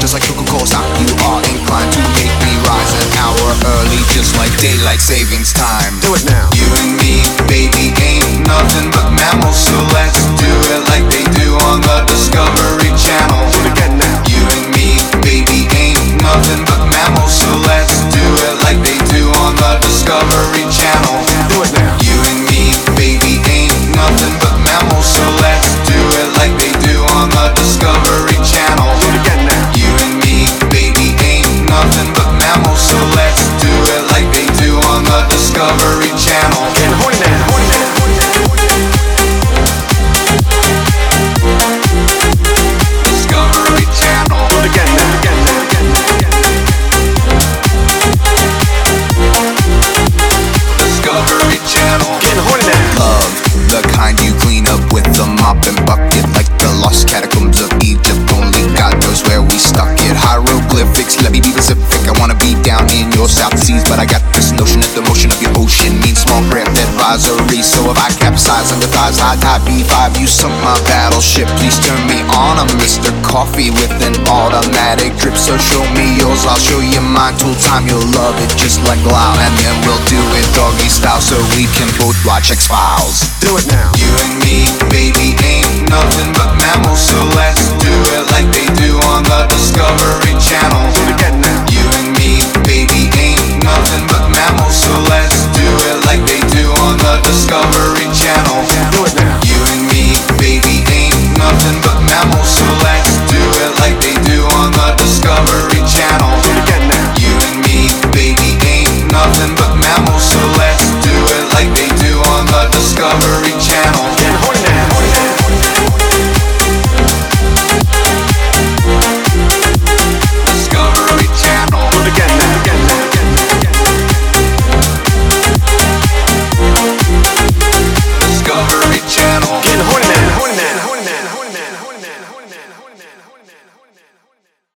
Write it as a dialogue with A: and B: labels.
A: just like Coca-Cola stock. You are inclined to make me rise an hour early, just like daylight savings time.
B: Do it now.
A: You and me, baby, ain't nothing but mammals, so let's do it like they do on the Discovery Channel.
B: Do it again now.
A: You and me, baby, ain't nothing but mammals, so let's do it like they do on the Discovery Channel.
B: Do it now.
A: You and me, baby, ain't nothing but mammals, so let's do it like they do on the Discovery Channel.
B: Do it again now.
A: You and me, baby, ain't nothing but mammals, so let's do it like they do on the Discovery Channel.
B: And horny now. Horny now. Horny now. Horny now.
A: Discovery Channel.
B: Do it again now. Again now. Again now. Again now.
A: Discovery Channel.
B: Getting horny now.
A: Love, the kind you clean up with a mop and bucket, like the lost catacombs of Egypt. Only God knows where we stuck it. Hieroglyphics, let me be Pacific. I wanna be down in your South Seas, but I got this notion that the motion of your ocean means small breath advisory. So if I capsize under thighs, I die B5. You sunk my battleship. Please turn me on. I'm Mr. Coffee with an automatic drip. So show me yours, I'll show you mine. Tool time, you'll love it just like Lyle, and then we'll do it doggy style, so we can both watch X Files.
B: Do it now.
A: You and me, baby, ain't nothing but mammals, so let's do it like they do on the Discovery Channel.
B: Do it again now.
A: You and me, baby, ain't nothing but mammals, so let's do it like they do on the Discovery Channel.
B: Do it now.
A: You and me, baby, ain't nothing but mammals, so let's do it like they do on the Discovery Channel.
B: Do it again now.
A: You and me, baby, ain't nothing but mammals, so let's do it like they do on the Discovery Channel.